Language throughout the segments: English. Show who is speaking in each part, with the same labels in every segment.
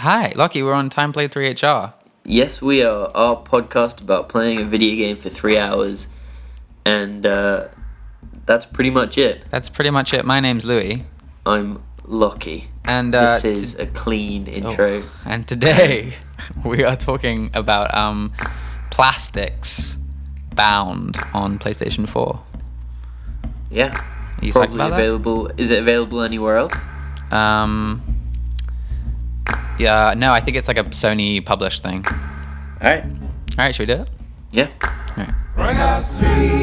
Speaker 1: Hi, Lockie, we're on Time Play 3HR.
Speaker 2: Yes, we are our podcast about playing a video game for three hours, and uh, that's pretty much it.
Speaker 1: That's pretty much it. My name's Louis.
Speaker 2: I'm lucky.
Speaker 1: And uh,
Speaker 2: this is
Speaker 1: t-
Speaker 2: a clean
Speaker 1: oh,
Speaker 2: intro.
Speaker 1: and today we are talking about um, plastics bound on PlayStation 4.
Speaker 2: Yeah,
Speaker 1: you psyched
Speaker 2: probably
Speaker 1: about that?
Speaker 2: available. Is it available anywhere else?
Speaker 1: Um, yeah, no, I think it's like a Sony published thing. All
Speaker 2: All right.
Speaker 1: right, should we do it?
Speaker 2: Yeah.
Speaker 1: All right.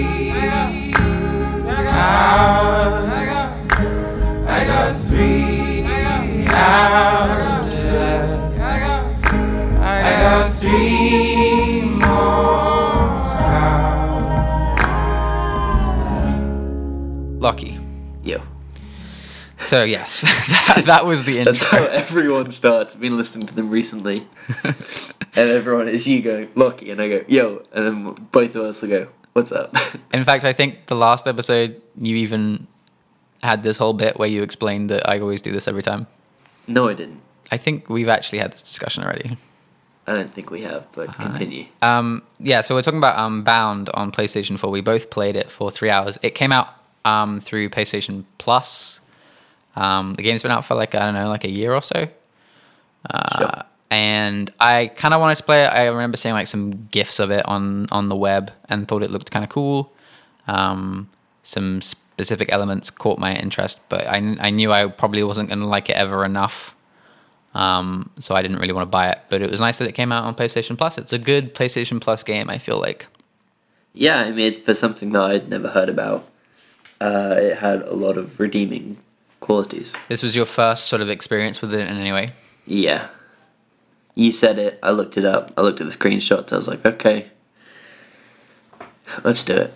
Speaker 1: Lucky.
Speaker 2: Yo.
Speaker 1: So yes, that, that was the
Speaker 2: That's how
Speaker 1: intro.
Speaker 2: everyone starts. I've been listening to them recently, and everyone is you go lucky, and I go yo, and then both of us will go what's up.
Speaker 1: In fact, I think the last episode you even had this whole bit where you explained that I always do this every time.
Speaker 2: no, I didn't.
Speaker 1: I think we've actually had this discussion already.
Speaker 2: I don't think we have, but continue.
Speaker 1: Um, yeah, so we're talking about um, Bound on PlayStation 4. We both played it for three hours. It came out um, through PlayStation Plus. Um, the game's been out for like, I don't know, like a year or so. Uh,
Speaker 2: Sure.
Speaker 1: And I kind of wanted to play it. I remember seeing like some gifs of it on, on the web and thought it looked kind of cool. Um, some specific elements caught my interest, but I, I knew I probably wasn't going to like it ever enough um, so I didn't really want to buy it. But it was nice that it came out on PlayStation Plus. It's a good PlayStation Plus game. I feel like
Speaker 2: Yeah, I mean, for something that I'd never heard about, uh, it had a lot of redeeming qualities.
Speaker 1: this was your first sort of experience with it in any way.
Speaker 2: Yeah. You said it, I looked it up, I looked at the screenshots, I was like, okay, let's do it.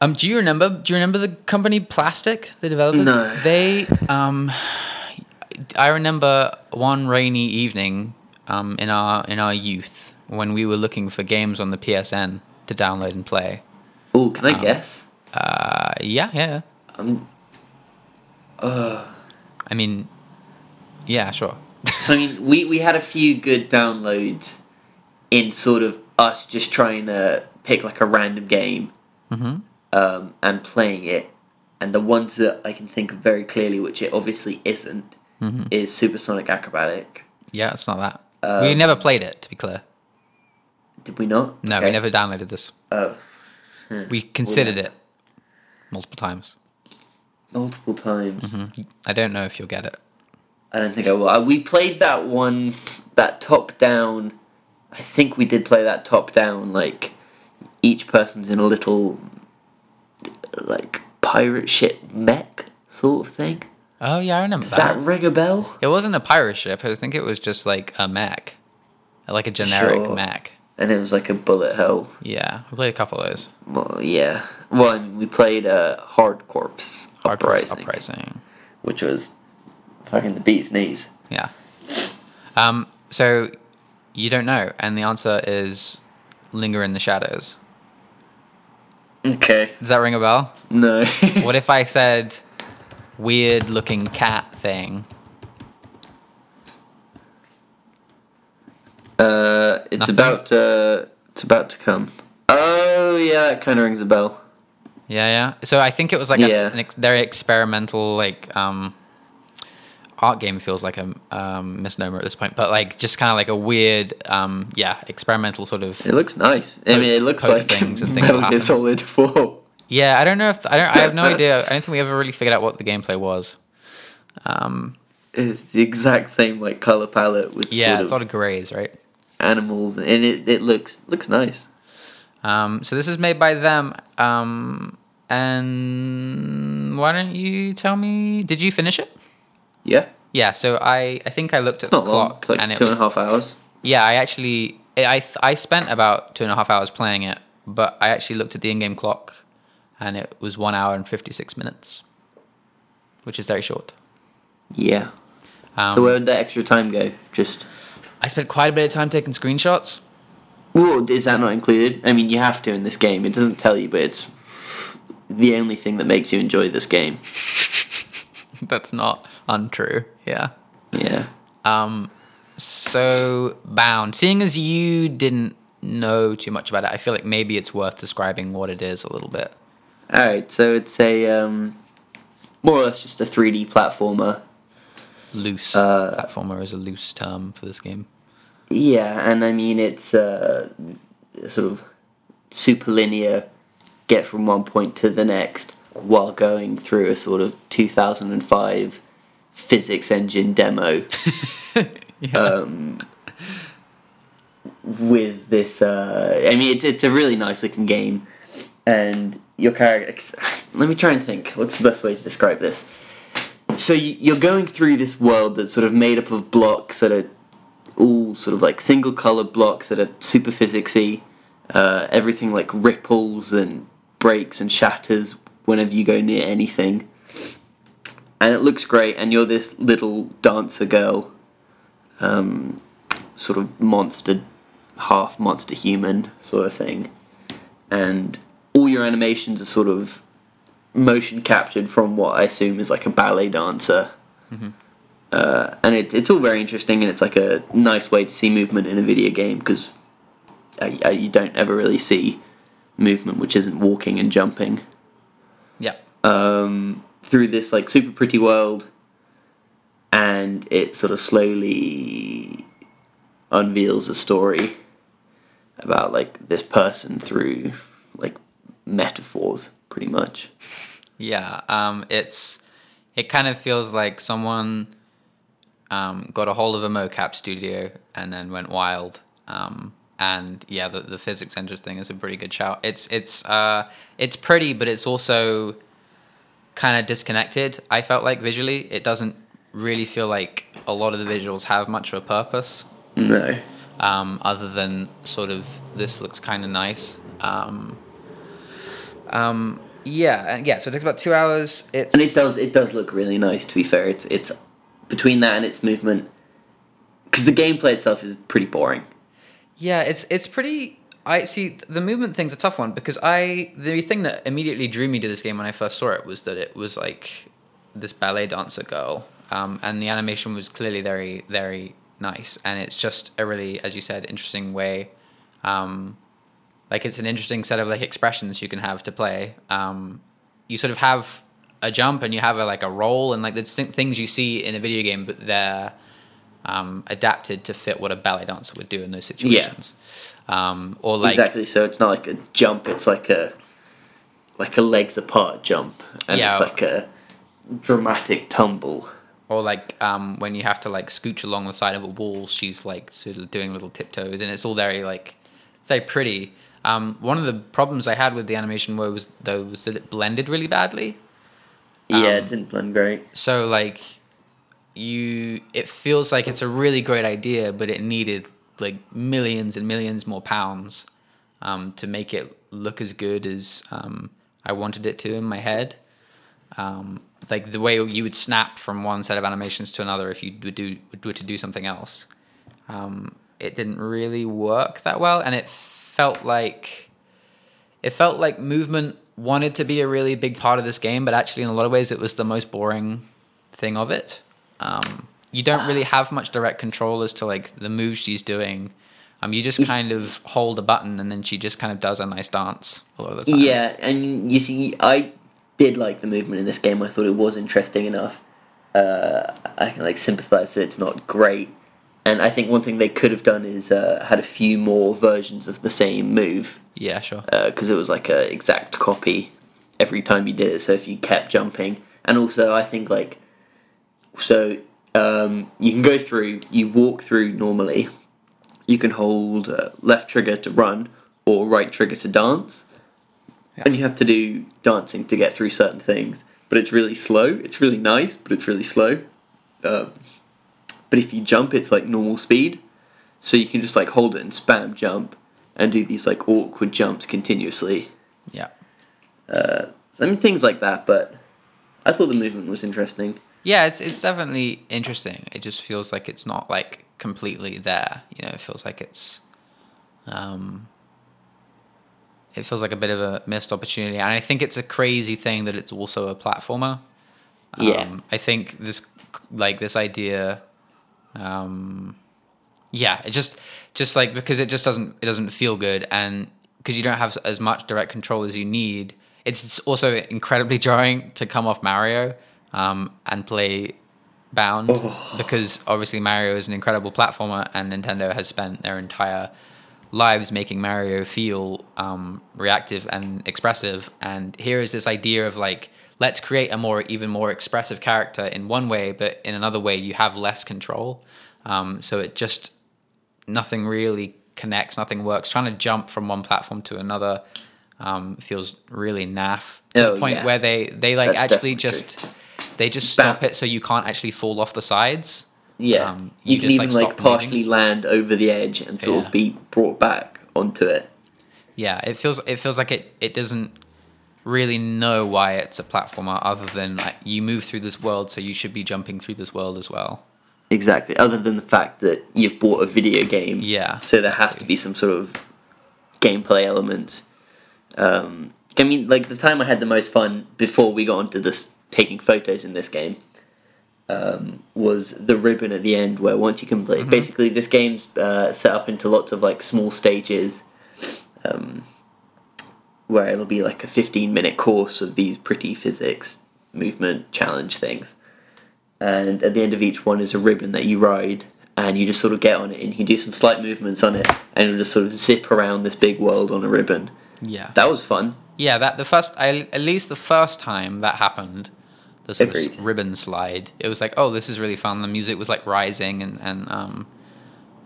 Speaker 1: Um, do you remember? Do you remember the company Plastic, the developers?
Speaker 2: No.
Speaker 1: They um, I remember one rainy evening um, in our in our youth when we were looking for games on the PSN to download and play.
Speaker 2: Oh, can I guess?
Speaker 1: Uh, yeah, yeah. yeah.
Speaker 2: Um, uh.
Speaker 1: I mean, yeah, sure.
Speaker 2: so, I mean, we, we had a few good downloads in sort of us just trying to pick like a random game
Speaker 1: Mm-hmm.
Speaker 2: um, and playing it. And the ones that I can think of very clearly, which it obviously isn't,
Speaker 1: Mm-hmm.
Speaker 2: is Supersonic Acrobatic.
Speaker 1: Yeah, it's not that.
Speaker 2: Uh,
Speaker 1: we never played it, to be clear.
Speaker 2: Did we not?
Speaker 1: No, we
Speaker 2: Okay.
Speaker 1: never downloaded this.
Speaker 2: Oh,
Speaker 1: We considered it multiple times.
Speaker 2: multiple times.
Speaker 1: I don't know if you'll get it.
Speaker 2: I don't think I will. Uh, We played that one, that top down. I think we did play that top down. Like each person's in a little, like pirate ship mech sort of thing.
Speaker 1: Oh yeah, I remember
Speaker 2: Does that
Speaker 1: that.
Speaker 2: ring a bell?
Speaker 1: It wasn't a pirate ship. I think it was just like a Mac, like a generic
Speaker 2: Sure.
Speaker 1: Mac.
Speaker 2: And it was like a bullet hell.
Speaker 1: Yeah, we played a couple of those.
Speaker 2: Well, yeah. Well, I mean, we played uh, Hard Corpse
Speaker 1: Hard Cross
Speaker 2: Uprising,
Speaker 1: uprising.
Speaker 2: which was fucking the beat's knees.
Speaker 1: Yeah. Um. So you don't know, and the answer is linger in the shadows.
Speaker 2: Okay.
Speaker 1: Does that ring a bell?
Speaker 2: No.
Speaker 1: What if I said weird looking cat thing?
Speaker 2: Uh, it's
Speaker 1: Nothing?
Speaker 2: about uh, it's about to come. Oh yeah, that kind of rings a bell.
Speaker 1: Yeah, yeah. So I think it was like a s
Speaker 2: Yeah.
Speaker 1: an ex- very experimental, like um, art game feels like a um, misnomer at this point, but like just kind of like a weird, um, yeah, experimental sort of.
Speaker 2: It looks nice. I mean, it looks
Speaker 1: poke
Speaker 2: like
Speaker 1: things and things
Speaker 2: Metal
Speaker 1: happen.
Speaker 2: Gear Solid Four.
Speaker 1: Yeah, I don't know if I don't. I have no idea. I don't think we ever really figured out what the gameplay was. Um,
Speaker 2: It's the exact same like color palette with
Speaker 1: yeah, it's a
Speaker 2: sort
Speaker 1: lot
Speaker 2: of
Speaker 1: of grays, right?
Speaker 2: animals, and it, it looks looks nice.
Speaker 1: Um, so this is made by them. Um, and why don't you tell me? Did you finish it?
Speaker 2: Yeah,
Speaker 1: Yeah. So I, I think I looked at
Speaker 2: it's not
Speaker 1: the
Speaker 2: long.
Speaker 1: clock
Speaker 2: It's like
Speaker 1: and it
Speaker 2: two
Speaker 1: was
Speaker 2: and a half hours.
Speaker 1: Yeah, I actually, I I spent about two and a half hours playing it, but I actually looked at the in-game clock, and it was one hour and fifty-six minutes, which is very short.
Speaker 2: Yeah.
Speaker 1: Um,
Speaker 2: so where would that extra time go? Just
Speaker 1: I spent quite a bit of time taking screenshots.
Speaker 2: Well, is that not included? I mean, you have to in this game. It doesn't tell you, but it's the only thing that makes you enjoy this game.
Speaker 1: That's not untrue. Yeah.
Speaker 2: Yeah.
Speaker 1: Um, So bound. Seeing as you didn't know too much about it, I feel like maybe it's worth describing what it is a little bit.
Speaker 2: All right, so it's a um, more or less just a 3D platformer.
Speaker 1: Loose platformer is a loose term for this game.
Speaker 2: Yeah, and I mean it's uh, sort of super linear, get from one point to the next while going through a sort of 2005 physics engine demo. Um, with this, uh, I mean it's it's a really nice looking game, and your character. Let me try and think. What's the best way to describe this? So you- you're going through this world that's sort of made up of blocks that are all sort of like single color blocks that are super physicsy. Uh, everything like ripples and breaks and shatters whenever you go near anything. And it looks great, and you're this little dancer girl, um, sort of monster, half monster human sort of thing. And all your animations are sort of motion captured from what I assume is like a ballet dancer and it, it's all very interesting and it's like a nice way to see movement in a video game because you don't ever really see movement which isn't walking and jumping
Speaker 1: Yeah.
Speaker 2: um, through this like super pretty world and it sort of slowly unveils a story about like this person through like metaphors pretty much
Speaker 1: Yeah, um, it's it kind of feels like someone um, got a hold of a mocap studio and then went wild. Um, and yeah, the, the physics engine thing is a pretty good shout. It's it's uh, it's pretty, but it's also kind of disconnected. I felt like visually, it doesn't really feel like a lot of the visuals have much of a purpose
Speaker 2: no
Speaker 1: um, other than sort of this looks kind of nice. Um, um, yeah, and yeah. So it takes about two hours. It's
Speaker 2: And it does it does look really nice. To be fair, it's it's between that and its movement, because the gameplay itself is pretty boring.
Speaker 1: yeah, it's it's pretty. I see th- the movement thing's a tough one because I the thing that immediately drew me to this game when I first saw it was that it was like this ballet dancer girl, um, and the animation was clearly very very nice, and it's just a really, as you said, interesting way. Um, like it's an interesting set of like expressions you can have to play. Um, you sort of have a jump and you have a, like a roll and like the distinct things you see in a video game, but they're um, adapted to fit what a ballet dancer would do in those situations. Um, or like
Speaker 2: exactly. So it's not like a jump. It's like a like a legs apart jump, and
Speaker 1: Yeah.
Speaker 2: it's like a dramatic tumble.
Speaker 1: or like um, when you have to like scooch along the side of a wall, she's like sort of doing little tiptoes, and it's all very like it's very pretty. Um, one of the problems I had with the animation was though was that it blended really badly.
Speaker 2: yeah, it didn't blend great.
Speaker 1: so like you it feels like it's a really great idea but it needed like millions and millions more pounds um, to make it look as good as um, i wanted it to in my head um, like the way you would snap from one set of animations to another if you would do were to do something else um, it didn't really work that well and it felt like it felt like movement wanted to be a really big part of this game, but actually, in a lot of ways, it was the most boring thing of it. Um, you don't really have much direct control as to like the moves she's doing. Um, you just kind of hold a button, and then she just kind of does a nice dance a lot of the time.
Speaker 2: Yeah, and you see, I did like the movement in this game. I thought it was interesting enough. Uh, I can like sympathise that it's not great, and I think one thing they could have done is uh, had a few more versions of the same move
Speaker 1: yeah, sure.
Speaker 2: because uh, it was like a exact copy every time you did it. So if you kept jumping, and also I think like so um, you can go through. You walk through normally. You can hold uh, left trigger to run or right trigger to dance, and you have to do dancing to get through certain things. But it's really slow. It's really nice, but it's really slow. Um, but if you jump, it's like normal speed, so you can just like hold it and spam jump and do these like awkward jumps continuously.
Speaker 1: Yeah.
Speaker 2: So, I mean, things like that, but I thought the movement was interesting.
Speaker 1: Yeah, it's it's definitely interesting. It just feels like it's not like completely there. You know, it feels like it's um it feels like a bit of a missed opportunity. And I think it's a crazy thing that it's also a platformer.
Speaker 2: Yeah.
Speaker 1: Um, I think this like this idea um yeah it just just like because it just doesn't it doesn't feel good and because you don't have as much direct control as you need it's also incredibly jarring to come off mario um, and play bound
Speaker 2: Oh.
Speaker 1: because obviously mario is an incredible platformer and nintendo has spent their entire lives making mario feel um, reactive and expressive and here is this idea of like let's create a more even more expressive character in one way but in another way you have less control um, so it just nothing really connects, nothing works. Trying to jump from one platform to another um, feels really naff to
Speaker 2: Oh,
Speaker 1: the point
Speaker 2: yeah.
Speaker 1: where they they like
Speaker 2: That's
Speaker 1: actually
Speaker 2: definitely
Speaker 1: just they just stop
Speaker 2: Bam.
Speaker 1: it so you can't actually fall off the sides.
Speaker 2: Yeah,
Speaker 1: Um,
Speaker 2: you,
Speaker 1: you
Speaker 2: can
Speaker 1: just,
Speaker 2: even
Speaker 1: like,
Speaker 2: like,
Speaker 1: stop moving.
Speaker 2: partially land over the edge and sort
Speaker 1: Yeah.
Speaker 2: of be brought back onto it.
Speaker 1: Yeah, it feels it feels like it it doesn't really know why it's a platformer other than like, you move through this world so you should be jumping through this world as well.
Speaker 2: Exactly. Other than the fact that you've bought a video game,
Speaker 1: Yeah,
Speaker 2: So there has to be some sort of gameplay elements. Um, I mean, like the time I had the most fun before we got onto this taking photos in this game um, was the ribbon at the end, where once you complete, basically this game's uh, set up into lots of like small stages. Um, where it'll be like a 15 minute course of these pretty physics movement challenge things. And at the end of each one is a ribbon that you ride, and you just sort of get on it, and you can do some slight movements on it, and it'll just sort of zip around this big world on a ribbon.
Speaker 1: Yeah.
Speaker 2: That was fun.
Speaker 1: Yeah, that the first, I, at least the first time that happened, the sort of
Speaker 2: Agreed.
Speaker 1: s- ribbon slide, it was like, oh, this is really fun. The music was like rising and and um,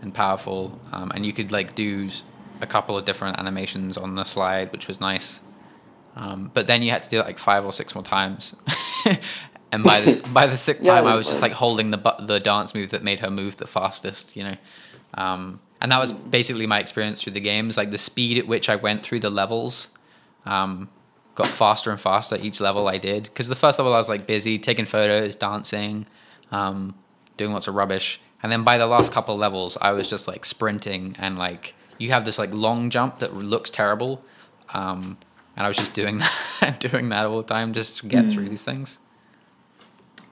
Speaker 1: and powerful, um, and you could like do s- a couple of different animations on the slide, which was nice. Um, but then you had to do it like five or six more times, and by the by the sixth
Speaker 2: Yeah,
Speaker 1: time, I
Speaker 2: it
Speaker 1: was just
Speaker 2: was.
Speaker 1: like holding the bu- the dance move that made her move the fastest, you know. Um, and that was basically my experience through the games. Like the speed at which I went through the levels um, got faster and faster each level I did. Because the first level I was like busy taking photos, dancing, um, doing lots of rubbish, and then by the last couple of levels I was just like sprinting and like you have this like long jump that looks terrible, um, and I was just doing that, doing that all the time just to get
Speaker 2: Hmm.
Speaker 1: through these things.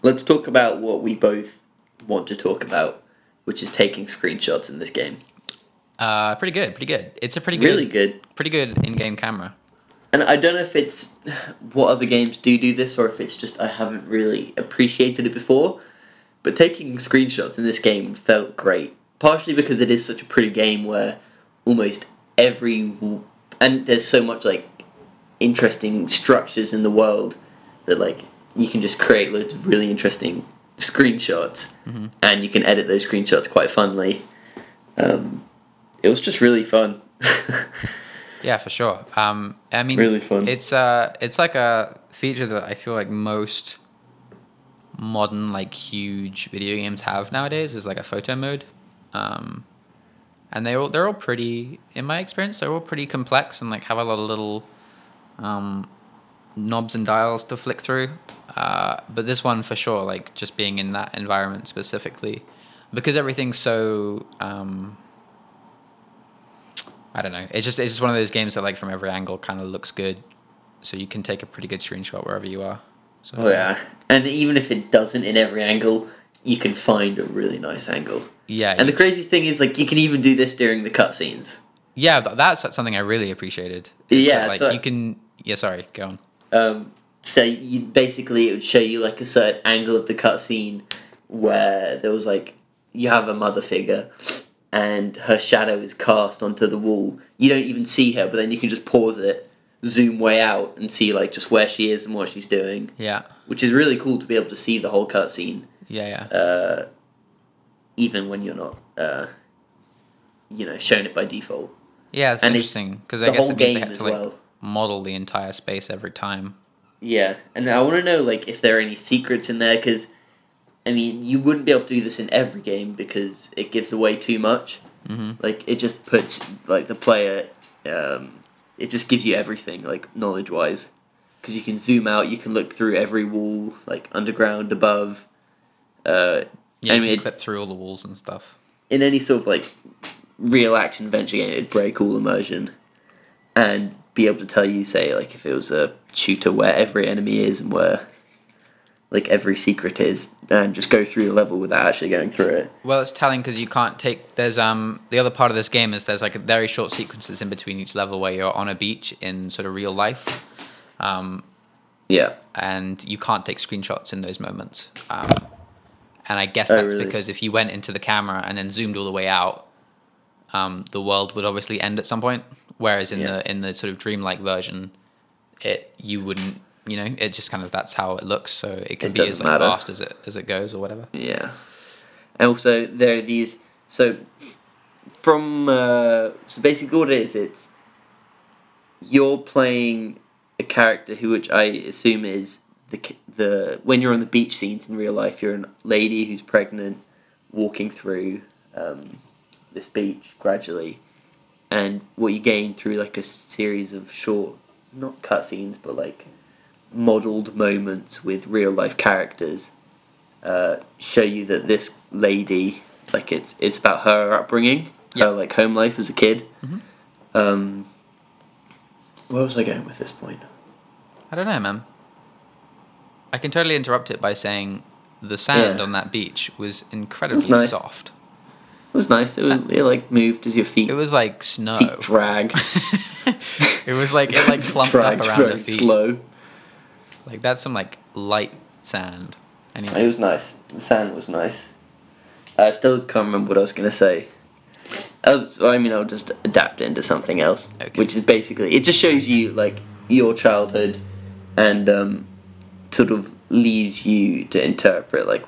Speaker 2: Let's talk about what we both want to talk about, which is taking screenshots in this game.
Speaker 1: Uh, pretty good, pretty good. It's a pretty good,
Speaker 2: Really good.
Speaker 1: pretty good in-game camera.
Speaker 2: And I don't know if it's what other games do do this, or if it's just I haven't really appreciated it before. But taking screenshots in this game felt great, partially because it is such a pretty game where almost every w- and there's so much like interesting structures in the world that like you can just create loads of really interesting screenshots, and you can edit those screenshots quite funly. Um, it was just really fun.
Speaker 1: Yeah, for sure. Um, I mean,
Speaker 2: Really fun.
Speaker 1: It's uh, it's like a feature that I feel like most modern, like huge video games have nowadays is like a photo mode, um, and they all they're all pretty. In my experience, they're all pretty complex and like have a lot of little um, knobs and dials to flick through. Uh, but this one for sure, like just being in that environment specifically, because everything's so. Um, I don't know. It's just it's just one of those games that like from every angle kind of looks good, so you can take a pretty good screenshot wherever you are. So
Speaker 2: Oh yeah, and even if it doesn't in every angle, you can find a really nice angle.
Speaker 1: yeah,
Speaker 2: And the crazy thing is, like, you can even do this during the cutscenes.
Speaker 1: yeah. th- That's something I really appreciated. is
Speaker 2: Yeah,
Speaker 1: that, like
Speaker 2: so-
Speaker 1: you can. Yeah, sorry, go on.
Speaker 2: Um, so you basically it would show you like a certain angle of the cutscene where there was like you have a mother figure and her shadow is cast onto the wall. You don't even see her, but then you can just pause it, zoom way out, and see like just where she is and what she's doing,
Speaker 1: Yeah,
Speaker 2: which is really cool to be able to see the whole cutscene.
Speaker 1: yeah, yeah.
Speaker 2: uh, even when you're not, uh, you know, shown it by default.
Speaker 1: Yeah, it's
Speaker 2: and it's
Speaker 1: interesting because I
Speaker 2: the
Speaker 1: guess
Speaker 2: whole
Speaker 1: it means they
Speaker 2: game
Speaker 1: have
Speaker 2: as
Speaker 1: to like
Speaker 2: well.
Speaker 1: model the entire space every time.
Speaker 2: Yeah, and I want to know like if there are any secrets in there because, I mean, you wouldn't be able to do this in every game because it gives away too much.
Speaker 1: Mhm.
Speaker 2: Like it just puts like the player, um, it just gives you everything like knowledge wise, because you can zoom out, you can look through every wall, like underground, above. Uh,
Speaker 1: Yeah,
Speaker 2: I
Speaker 1: you
Speaker 2: mean,
Speaker 1: can
Speaker 2: it-
Speaker 1: clip through all the walls and stuff.
Speaker 2: in any sort of like real action adventure game, it'd break all immersion and be able to tell you, say, like if it was a shooter where every enemy is and where like every secret is and just go through the level without actually going through it.
Speaker 1: Well, it's telling because you can't take. There's um the other part of this game is there's like very short sequences in between each level where you're on a beach in sort of real life, um,
Speaker 2: Yeah.
Speaker 1: and you can't take screenshots in those moments. Um, and I guess that's
Speaker 2: Oh, really?
Speaker 1: because if you went into the camera and then zoomed all the way out, um, the world would obviously end at some point. Whereas in
Speaker 2: Yeah.
Speaker 1: the in the sort of dreamlike version, it you wouldn't. You know, it just kind of that's how it looks. So it can
Speaker 2: It
Speaker 1: be as
Speaker 2: doesn't
Speaker 1: like,
Speaker 2: matter.
Speaker 1: fast as it as it goes or whatever.
Speaker 2: Yeah. And also there are these so from uh, so basically what it is it's you're playing a character who which I assume is the ki- the when you're on the beach scenes in real life you're a lady who's pregnant walking through um, this beach gradually and what you gain through like a series of short not cutscenes but like modeled moments with real life characters uh, show you that this lady like it's it's about her upbringing
Speaker 1: Yeah. Mm-hmm.
Speaker 2: her like home life as a kid um, where was i going with this point
Speaker 1: I don't know, man. I can totally interrupt it by saying the sand
Speaker 2: Yeah.
Speaker 1: on that beach was incredibly
Speaker 2: nice.
Speaker 1: soft.
Speaker 2: it was nice it, was, it like moved as your feet
Speaker 1: It was like snow.
Speaker 2: feet drag
Speaker 1: it was like it like clumped
Speaker 2: dragged
Speaker 1: up around her
Speaker 2: very
Speaker 1: feet.
Speaker 2: slow
Speaker 1: Like that's some like light sand. Anyway,
Speaker 2: It was nice. The sand was nice. I still can't remember what I was gonna say. Oh, so, I mean, I'll just adapt it into something else,
Speaker 1: Okay.
Speaker 2: which is basically it just shows you like your childhood, and um, sort of leaves you to interpret like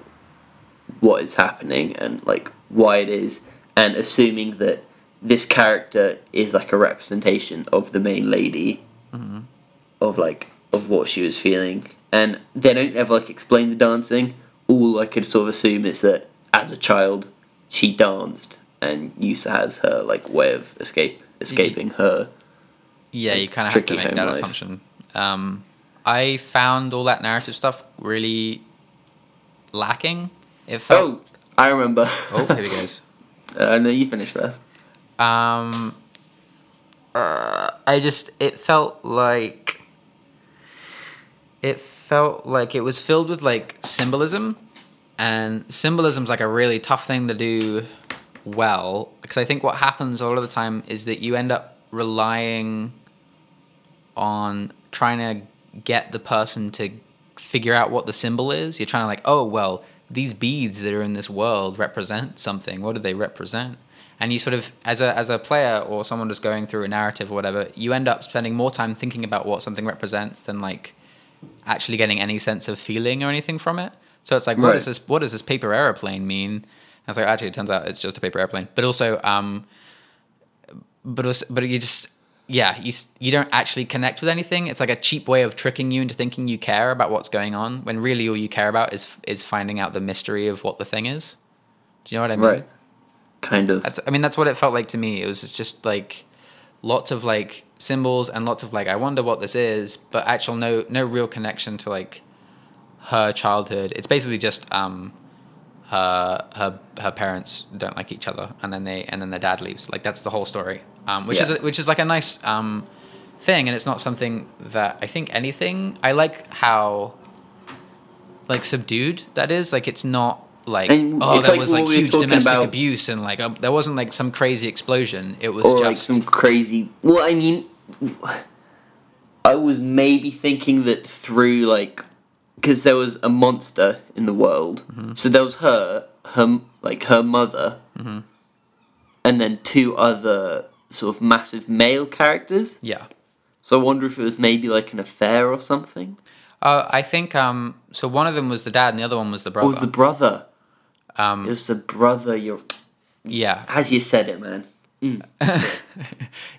Speaker 2: what is happening and like why it is, and assuming that this character is like a representation of the main lady of like of what she was feeling, and they don't ever like explain the dancing. All I could sort of assume is that as a child, she danced and used that as her like way of escape escaping her.
Speaker 1: yeah, you kind of have to
Speaker 2: tricky
Speaker 1: make
Speaker 2: home
Speaker 1: that
Speaker 2: life.
Speaker 1: assumption. Um, I found all that narrative stuff really lacking. It felt.
Speaker 2: Oh, I remember.
Speaker 1: Oh, here he goes.
Speaker 2: uh, no, you finished first.
Speaker 1: Um, uh, I just it felt like it felt like it was filled with like symbolism, and symbolism's like a really tough thing to do well because I think what happens a lot of the time is that you end up relying on trying to get the person to figure out what the symbol is. You're trying to like, oh well, these beads that are in this world represent something. What do they represent? And you sort of, as a as a player or someone just going through a narrative or whatever, you end up spending more time thinking about what something represents than like actually getting any sense of feeling or anything from it. So it's like, what
Speaker 2: Right.
Speaker 1: does this what does this paper airplane mean? And it's like actually, it turns out it's just a paper airplane. But also, um, but also, but you just yeah you s- you don't actually connect with anything it's like a cheap way of tricking you into thinking you care about what's going on when really all you care about is is finding out the mystery of what the thing is do you know what i mean
Speaker 2: Right. Kind of.
Speaker 1: that's i mean that's what it felt like to me it was just like lots of like symbols and lots of like i wonder what this is but actual no no real connection to like her childhood it's basically just um her her her parents don't like each other and then they and then their dad leaves like that's the whole story um which is
Speaker 2: Yeah.
Speaker 1: a, which is like a nice um thing and it's not something that i think anything i like how like subdued that is like it's not like
Speaker 2: And
Speaker 1: oh
Speaker 2: it's
Speaker 1: there
Speaker 2: like
Speaker 1: was
Speaker 2: what
Speaker 1: like
Speaker 2: we were
Speaker 1: huge
Speaker 2: talking
Speaker 1: domestic
Speaker 2: about-
Speaker 1: abuse and like uh, there wasn't like some crazy explosion it was
Speaker 2: or
Speaker 1: just
Speaker 2: like some crazy. Well, I mean, I was maybe thinking that through like because there was a monster in the world, so there was her, her m- like her mother, and then two other sort of massive male characters.
Speaker 1: yeah
Speaker 2: So I wonder if it was maybe like an affair or something.
Speaker 1: uh, i think um so one of them was the dad and the other one was the brother
Speaker 2: Or was the brother? Um, it was the brother. You,
Speaker 1: yeah
Speaker 2: as you said it, man.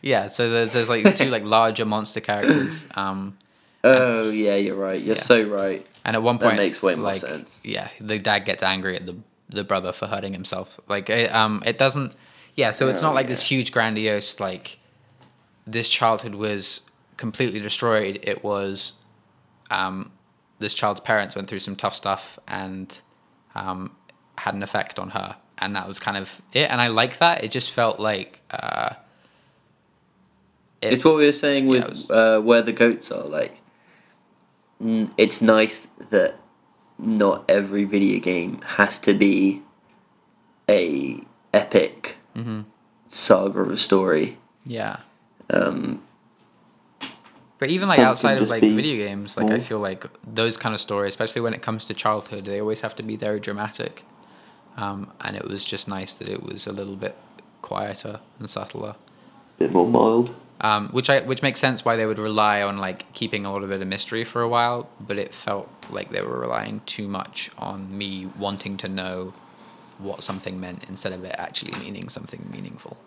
Speaker 1: yeah so there's, there's like these two like larger monster characters um
Speaker 2: Oh yeah, you're right. You're so right.
Speaker 1: And at one point,
Speaker 2: makes way more
Speaker 1: like,
Speaker 2: sense.
Speaker 1: Yeah, the dad gets angry at the the brother for hurting himself. Like it, um, it doesn't. Yeah, so it's
Speaker 2: Oh,
Speaker 1: not like
Speaker 2: yeah.
Speaker 1: this huge grandiose like this childhood was completely destroyed. It was um, this child's parents went through some tough stuff and um, had an effect on her, and that was kind of it. And I like that. It just felt like uh, it-
Speaker 2: It's what we were saying with
Speaker 1: it was-
Speaker 2: uh, where the goats are. Like, mm, it's nice that not every video game has to be a epic
Speaker 1: Mm-hmm.
Speaker 2: saga of a story.
Speaker 1: Yeah.
Speaker 2: Um,
Speaker 1: But even like
Speaker 2: Something
Speaker 1: outside of
Speaker 2: just
Speaker 1: like
Speaker 2: being
Speaker 1: video games, like I
Speaker 2: small.
Speaker 1: feel like those kind of stories, especially when it comes to childhood, they always have to be very dramatic. Um, and it was just nice that it was a little bit quieter and subtler.
Speaker 2: bit more mild.
Speaker 1: um, which I which makes sense why they would rely on like keeping a little bit of mystery for a while, but it felt like they were relying too much on me wanting to know what something meant instead of it actually meaning something meaningful.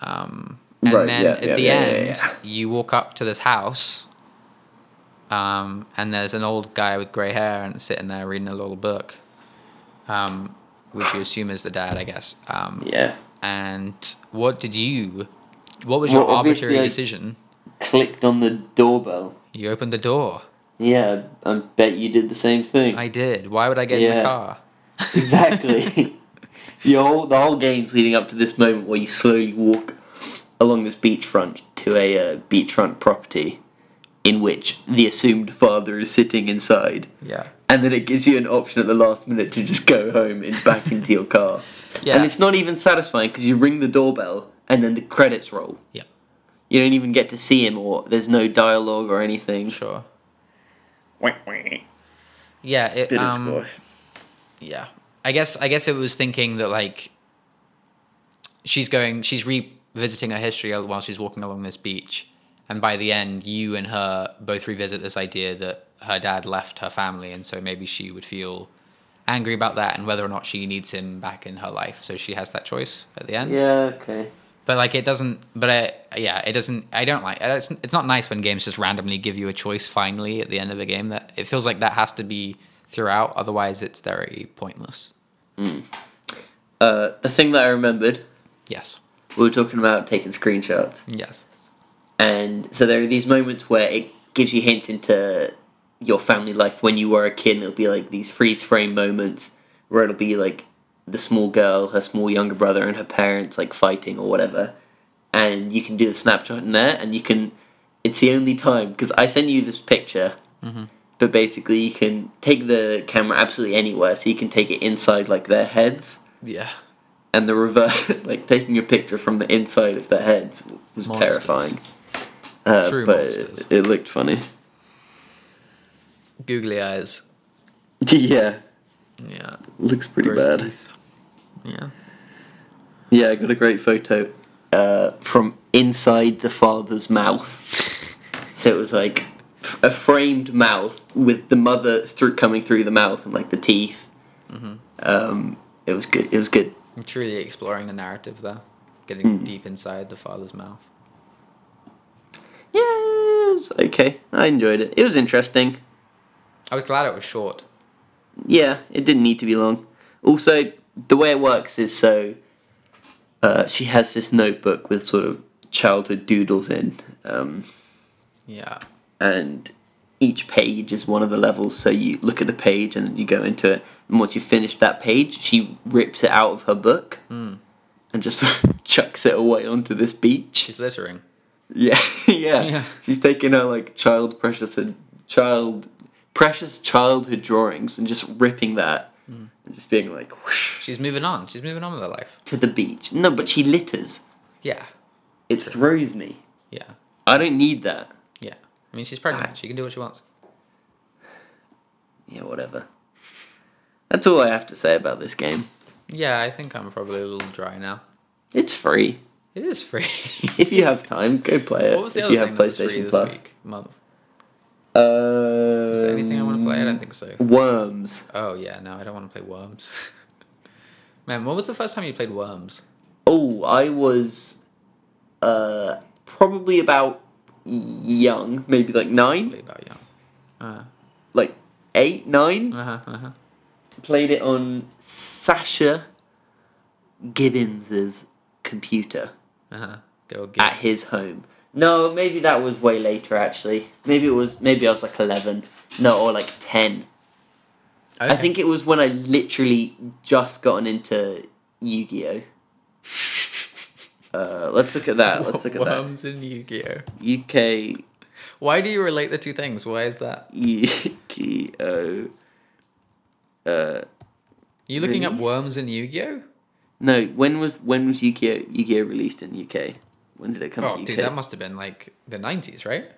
Speaker 1: Um, and
Speaker 2: Hmm. Right,
Speaker 1: then
Speaker 2: yeah,
Speaker 1: at
Speaker 2: yeah,
Speaker 1: the
Speaker 2: yeah, yeah,
Speaker 1: end,
Speaker 2: yeah.
Speaker 1: you walk up to this house, um, and there's an old guy with grey hair and sitting there reading a little book, um, which you assume is the dad, I guess. Um,
Speaker 2: Yeah.
Speaker 1: and what did you? What was your
Speaker 2: Well, obviously,
Speaker 1: arbitrary
Speaker 2: I-
Speaker 1: decision?
Speaker 2: Clicked on the doorbell.
Speaker 1: You opened the door.
Speaker 2: Yeah, I bet you did the same thing.
Speaker 1: I did. Why would I get in the
Speaker 2: Yeah.
Speaker 1: car?
Speaker 2: Exactly. the whole the whole game's leading up to this moment where you slowly walk along this beachfront to a uh, beachfront property, in which the assumed father is sitting inside,
Speaker 1: yeah.
Speaker 2: and then it gives you an option at the last minute to just go home and back into your car.
Speaker 1: Yeah.
Speaker 2: And it's not even satisfying because you ring the doorbell and then the credits roll.
Speaker 1: Yeah.
Speaker 2: You don't even get to see him, or there's no dialogue or anything.
Speaker 1: Sure.
Speaker 2: Bit
Speaker 1: Yeah. It,
Speaker 2: of
Speaker 1: um,
Speaker 2: squash.
Speaker 1: yeah i guess i guess it was thinking that like she's going she's revisiting her history while she's walking along this beach and by the end you and her both revisit this idea that her dad left her family and so maybe she would feel angry about that and whether or not she needs him back in her life so she has that choice at the end
Speaker 2: Yeah. Okay.
Speaker 1: but like it doesn't but I, yeah it doesn't i don't like it's, it's not nice when games just randomly give you a choice finally at the end of a game that it feels like that has to be throughout otherwise it's very pointless
Speaker 2: Uh, the thing that I remembered
Speaker 1: Yes.
Speaker 2: we were talking about taking screenshots
Speaker 1: Yes.
Speaker 2: and so there are these moments where it gives you hints into your family life when you were a kid and it'll be like these freeze frame moments where it'll be like the small girl her small younger brother and her parents like fighting or whatever and you can do the snapshot in there and you can it's the only time because i send you this picture but basically you can take the camera absolutely anywhere so you can take it inside like their heads
Speaker 1: Yeah.
Speaker 2: and the reverse, like taking a picture from the inside of their heads, was
Speaker 1: Monsters.
Speaker 2: terrifying. Uh,
Speaker 1: True
Speaker 2: but
Speaker 1: monsters.
Speaker 2: it, it looked funny.
Speaker 1: Googly eyes.
Speaker 2: yeah,
Speaker 1: Yeah.
Speaker 2: looks pretty
Speaker 1: Gross
Speaker 2: bad.
Speaker 1: teeth. Yeah.
Speaker 2: Yeah, I got a great photo uh, from inside the father's mouth. so it was like f- a framed mouth with the mother through coming through the mouth and like the teeth.
Speaker 1: Mm-hmm.
Speaker 2: Um, it was good. It was good.
Speaker 1: I'm truly exploring the narrative there. Getting deep inside the father's mouth.
Speaker 2: Yeah, it was okay. I enjoyed it. It was interesting.
Speaker 1: I was glad it was short.
Speaker 2: Yeah, it didn't need to be long. Also, the way it works is so uh, she has this notebook with sort of childhood doodles in, um,
Speaker 1: Yeah.
Speaker 2: and each page is one of the levels. So you look at the page and then you go into it. And once you finish that page, she rips it out of her book and just chucks it away onto this beach.
Speaker 1: She's littering.
Speaker 2: Yeah, yeah,
Speaker 1: Yeah.
Speaker 2: She's taking her like child precious and child precious childhood drawings and just ripping that
Speaker 1: Mm.
Speaker 2: and just being like whoosh,
Speaker 1: She's moving on. She's moving on with her life.
Speaker 2: to the beach. No, but she litters.
Speaker 1: Yeah.
Speaker 2: It throws me.
Speaker 1: Yeah.
Speaker 2: I don't need that.
Speaker 1: Yeah. I mean, she's pregnant. She can do what she wants.
Speaker 2: Yeah, whatever. That's all I have to say about this game.
Speaker 1: Yeah, I think I'm probably a little dry now.
Speaker 2: It's free.
Speaker 1: It is free.
Speaker 2: If you have time, go play it.
Speaker 1: what was the
Speaker 2: if
Speaker 1: other
Speaker 2: you have
Speaker 1: thing that was free
Speaker 2: PlayStation
Speaker 1: this
Speaker 2: Plus.
Speaker 1: week? Month.
Speaker 2: Uh,
Speaker 1: Is there anything I want to play? I don't think so.
Speaker 2: Um, Worms.
Speaker 1: Oh yeah, no, I don't want to play Worms. Man, when was the first time you played Worms?
Speaker 2: Oh, I was uh probably about young, maybe like nine,
Speaker 1: Probably about young. Uh,
Speaker 2: like eight, nine.
Speaker 1: uh-huh, uh-huh.
Speaker 2: Played it on Sasha Gibbons's computer.
Speaker 1: Uh-huh. They were good.
Speaker 2: at his home. No, maybe that was way later actually. Maybe it was maybe I was like eleven. No, or like ten. I
Speaker 1: Okay.
Speaker 2: think it was when I literally just gotten into Yu-Gi-Oh. Uh, let's look at that. Let's look at
Speaker 1: Worms in Yu-Gi-Oh.
Speaker 2: that. UK
Speaker 1: Why do you relate the two things? Why is that?
Speaker 2: Yukio. Uh,
Speaker 1: You looking up
Speaker 2: Release.
Speaker 1: worms in Yu-Gi-Oh?
Speaker 2: no, when was when was Yukio Yu-Gi-Oh released in UK? When did it come
Speaker 1: Oh,
Speaker 2: to UK?
Speaker 1: dude, that must have been like the '90s, right?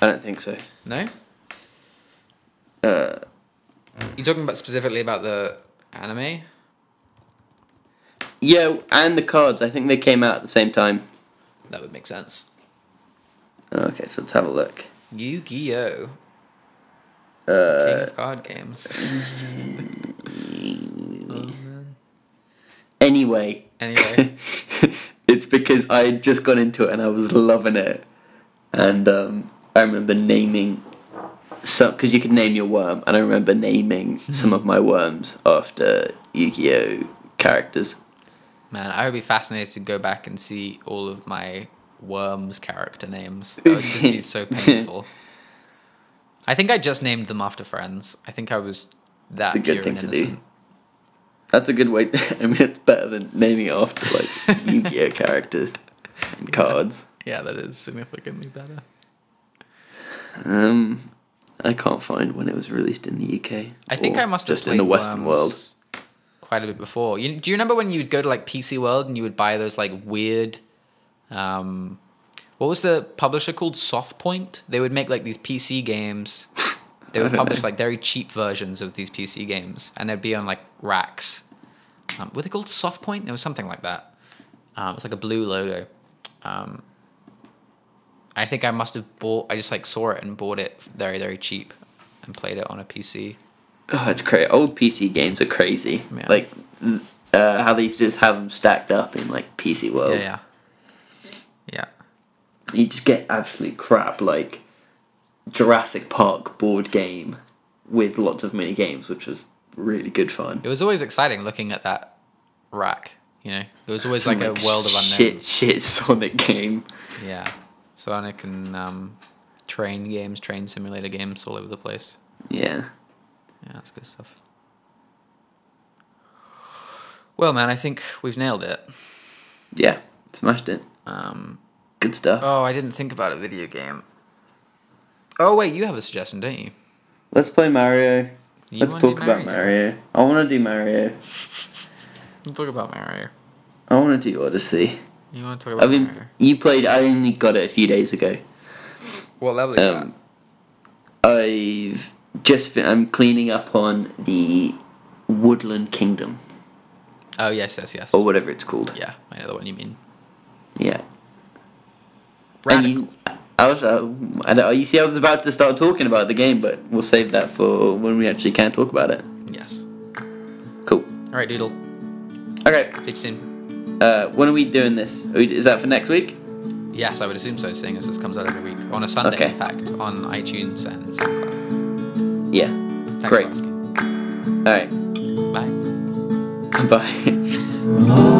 Speaker 2: I don't think so.
Speaker 1: No,
Speaker 2: Uh,
Speaker 1: you're talking about specifically about the anime.
Speaker 2: yeah, and the cards. I think they came out at the same time. Oh,
Speaker 1: That would make sense.
Speaker 2: Okay, so let's have a look.
Speaker 1: Yu-Gi-Oh,
Speaker 2: Uh,
Speaker 1: King of Card Games.
Speaker 2: anyway,
Speaker 1: Anyway,
Speaker 2: it's because I had just got into it and I was loving it, and um, I remember naming some because you could name your worm, and I remember naming some of my worms after Yu-Gi-Oh characters.
Speaker 1: man, I would be fascinated to go back and see all of my worms character names. That would just be so painful. I think I just named them after friends. I think I was that
Speaker 2: It's a
Speaker 1: pure
Speaker 2: good thing
Speaker 1: and
Speaker 2: to
Speaker 1: innocent.
Speaker 2: do. That's a good way. I mean, it's better than naming it after like Yu-Gi-Oh characters and cards.
Speaker 1: Yeah, that is significantly better.
Speaker 2: Um, I can't find when it was released in the UK.
Speaker 1: I think
Speaker 2: or
Speaker 1: I must have
Speaker 2: just in the
Speaker 1: played
Speaker 2: Western world.
Speaker 1: Worms quite a bit before. You, do you remember when you would go to like PC World and you would buy those like weird, um, what was the publisher called? Softpoint. They would make like these PC games. They would
Speaker 2: don't know.
Speaker 1: publish like very cheap versions of these PC games, and they'd be on like racks. Um, were they called Softpoint? There was something like that. Um, it's like a blue logo. Um, I think I must have bought. I just like saw it and bought it very very cheap, and played it on a PC.
Speaker 2: Oh, it's crazy. Old PC games are crazy.
Speaker 1: Yeah.
Speaker 2: Like mm, uh, how they used to just have them stacked up in like PC world.
Speaker 1: Yeah, yeah.
Speaker 2: You just get absolute crap like Jurassic Park board game with lots of mini games, which was really good fun.
Speaker 1: It was always exciting looking at that rack, you know? There was always
Speaker 2: Some,
Speaker 1: like, a world of
Speaker 2: shit,
Speaker 1: unknowns.
Speaker 2: shit Sonic game.
Speaker 1: Yeah. Sonic and um, train games, train simulator games all over the place.
Speaker 2: Yeah.
Speaker 1: Yeah, that's good stuff. Well, man, I think we've nailed it.
Speaker 2: Yeah. Smashed it.
Speaker 1: Um,
Speaker 2: Good stuff.
Speaker 1: oh, I didn't think about a video game. Oh, wait, you have a suggestion, don't you?
Speaker 2: Let's play Mario.
Speaker 1: You
Speaker 2: Let's
Speaker 1: wanna do
Speaker 2: talk about Mario. I want to do Mario.
Speaker 1: You talk about Mario.
Speaker 2: I want to do Odyssey.
Speaker 1: You want to talk
Speaker 2: I
Speaker 1: about
Speaker 2: mean,
Speaker 1: Mario?
Speaker 2: you played. I only got it a few days ago.
Speaker 1: What level are you
Speaker 2: Um, I've just. Fin- I'm cleaning up on the Woodland Kingdom
Speaker 1: at? Oh, yes, yes, yes.
Speaker 2: or whatever it's called.
Speaker 1: Yeah, I know the one you mean.
Speaker 2: Yeah. And
Speaker 1: Radical.
Speaker 2: you, I was. Uh, I don't, you see, I was about to start talking about the game, but we'll save that for when we actually can talk about it.
Speaker 1: Yes.
Speaker 2: Cool.
Speaker 1: All right, Doodle.
Speaker 2: Okay.
Speaker 1: Speak soon.
Speaker 2: Uh, when are we doing this? Are we- Is that for next week?
Speaker 1: Yes, I would assume so, seeing as this comes out every week. On a Sunday,
Speaker 2: Okay.
Speaker 1: in fact, on iTunes and SoundCloud.
Speaker 2: Yeah.
Speaker 1: Thanks
Speaker 2: Great.
Speaker 1: for asking.
Speaker 2: All right.
Speaker 1: Bye.
Speaker 2: Bye.
Speaker 3: Oh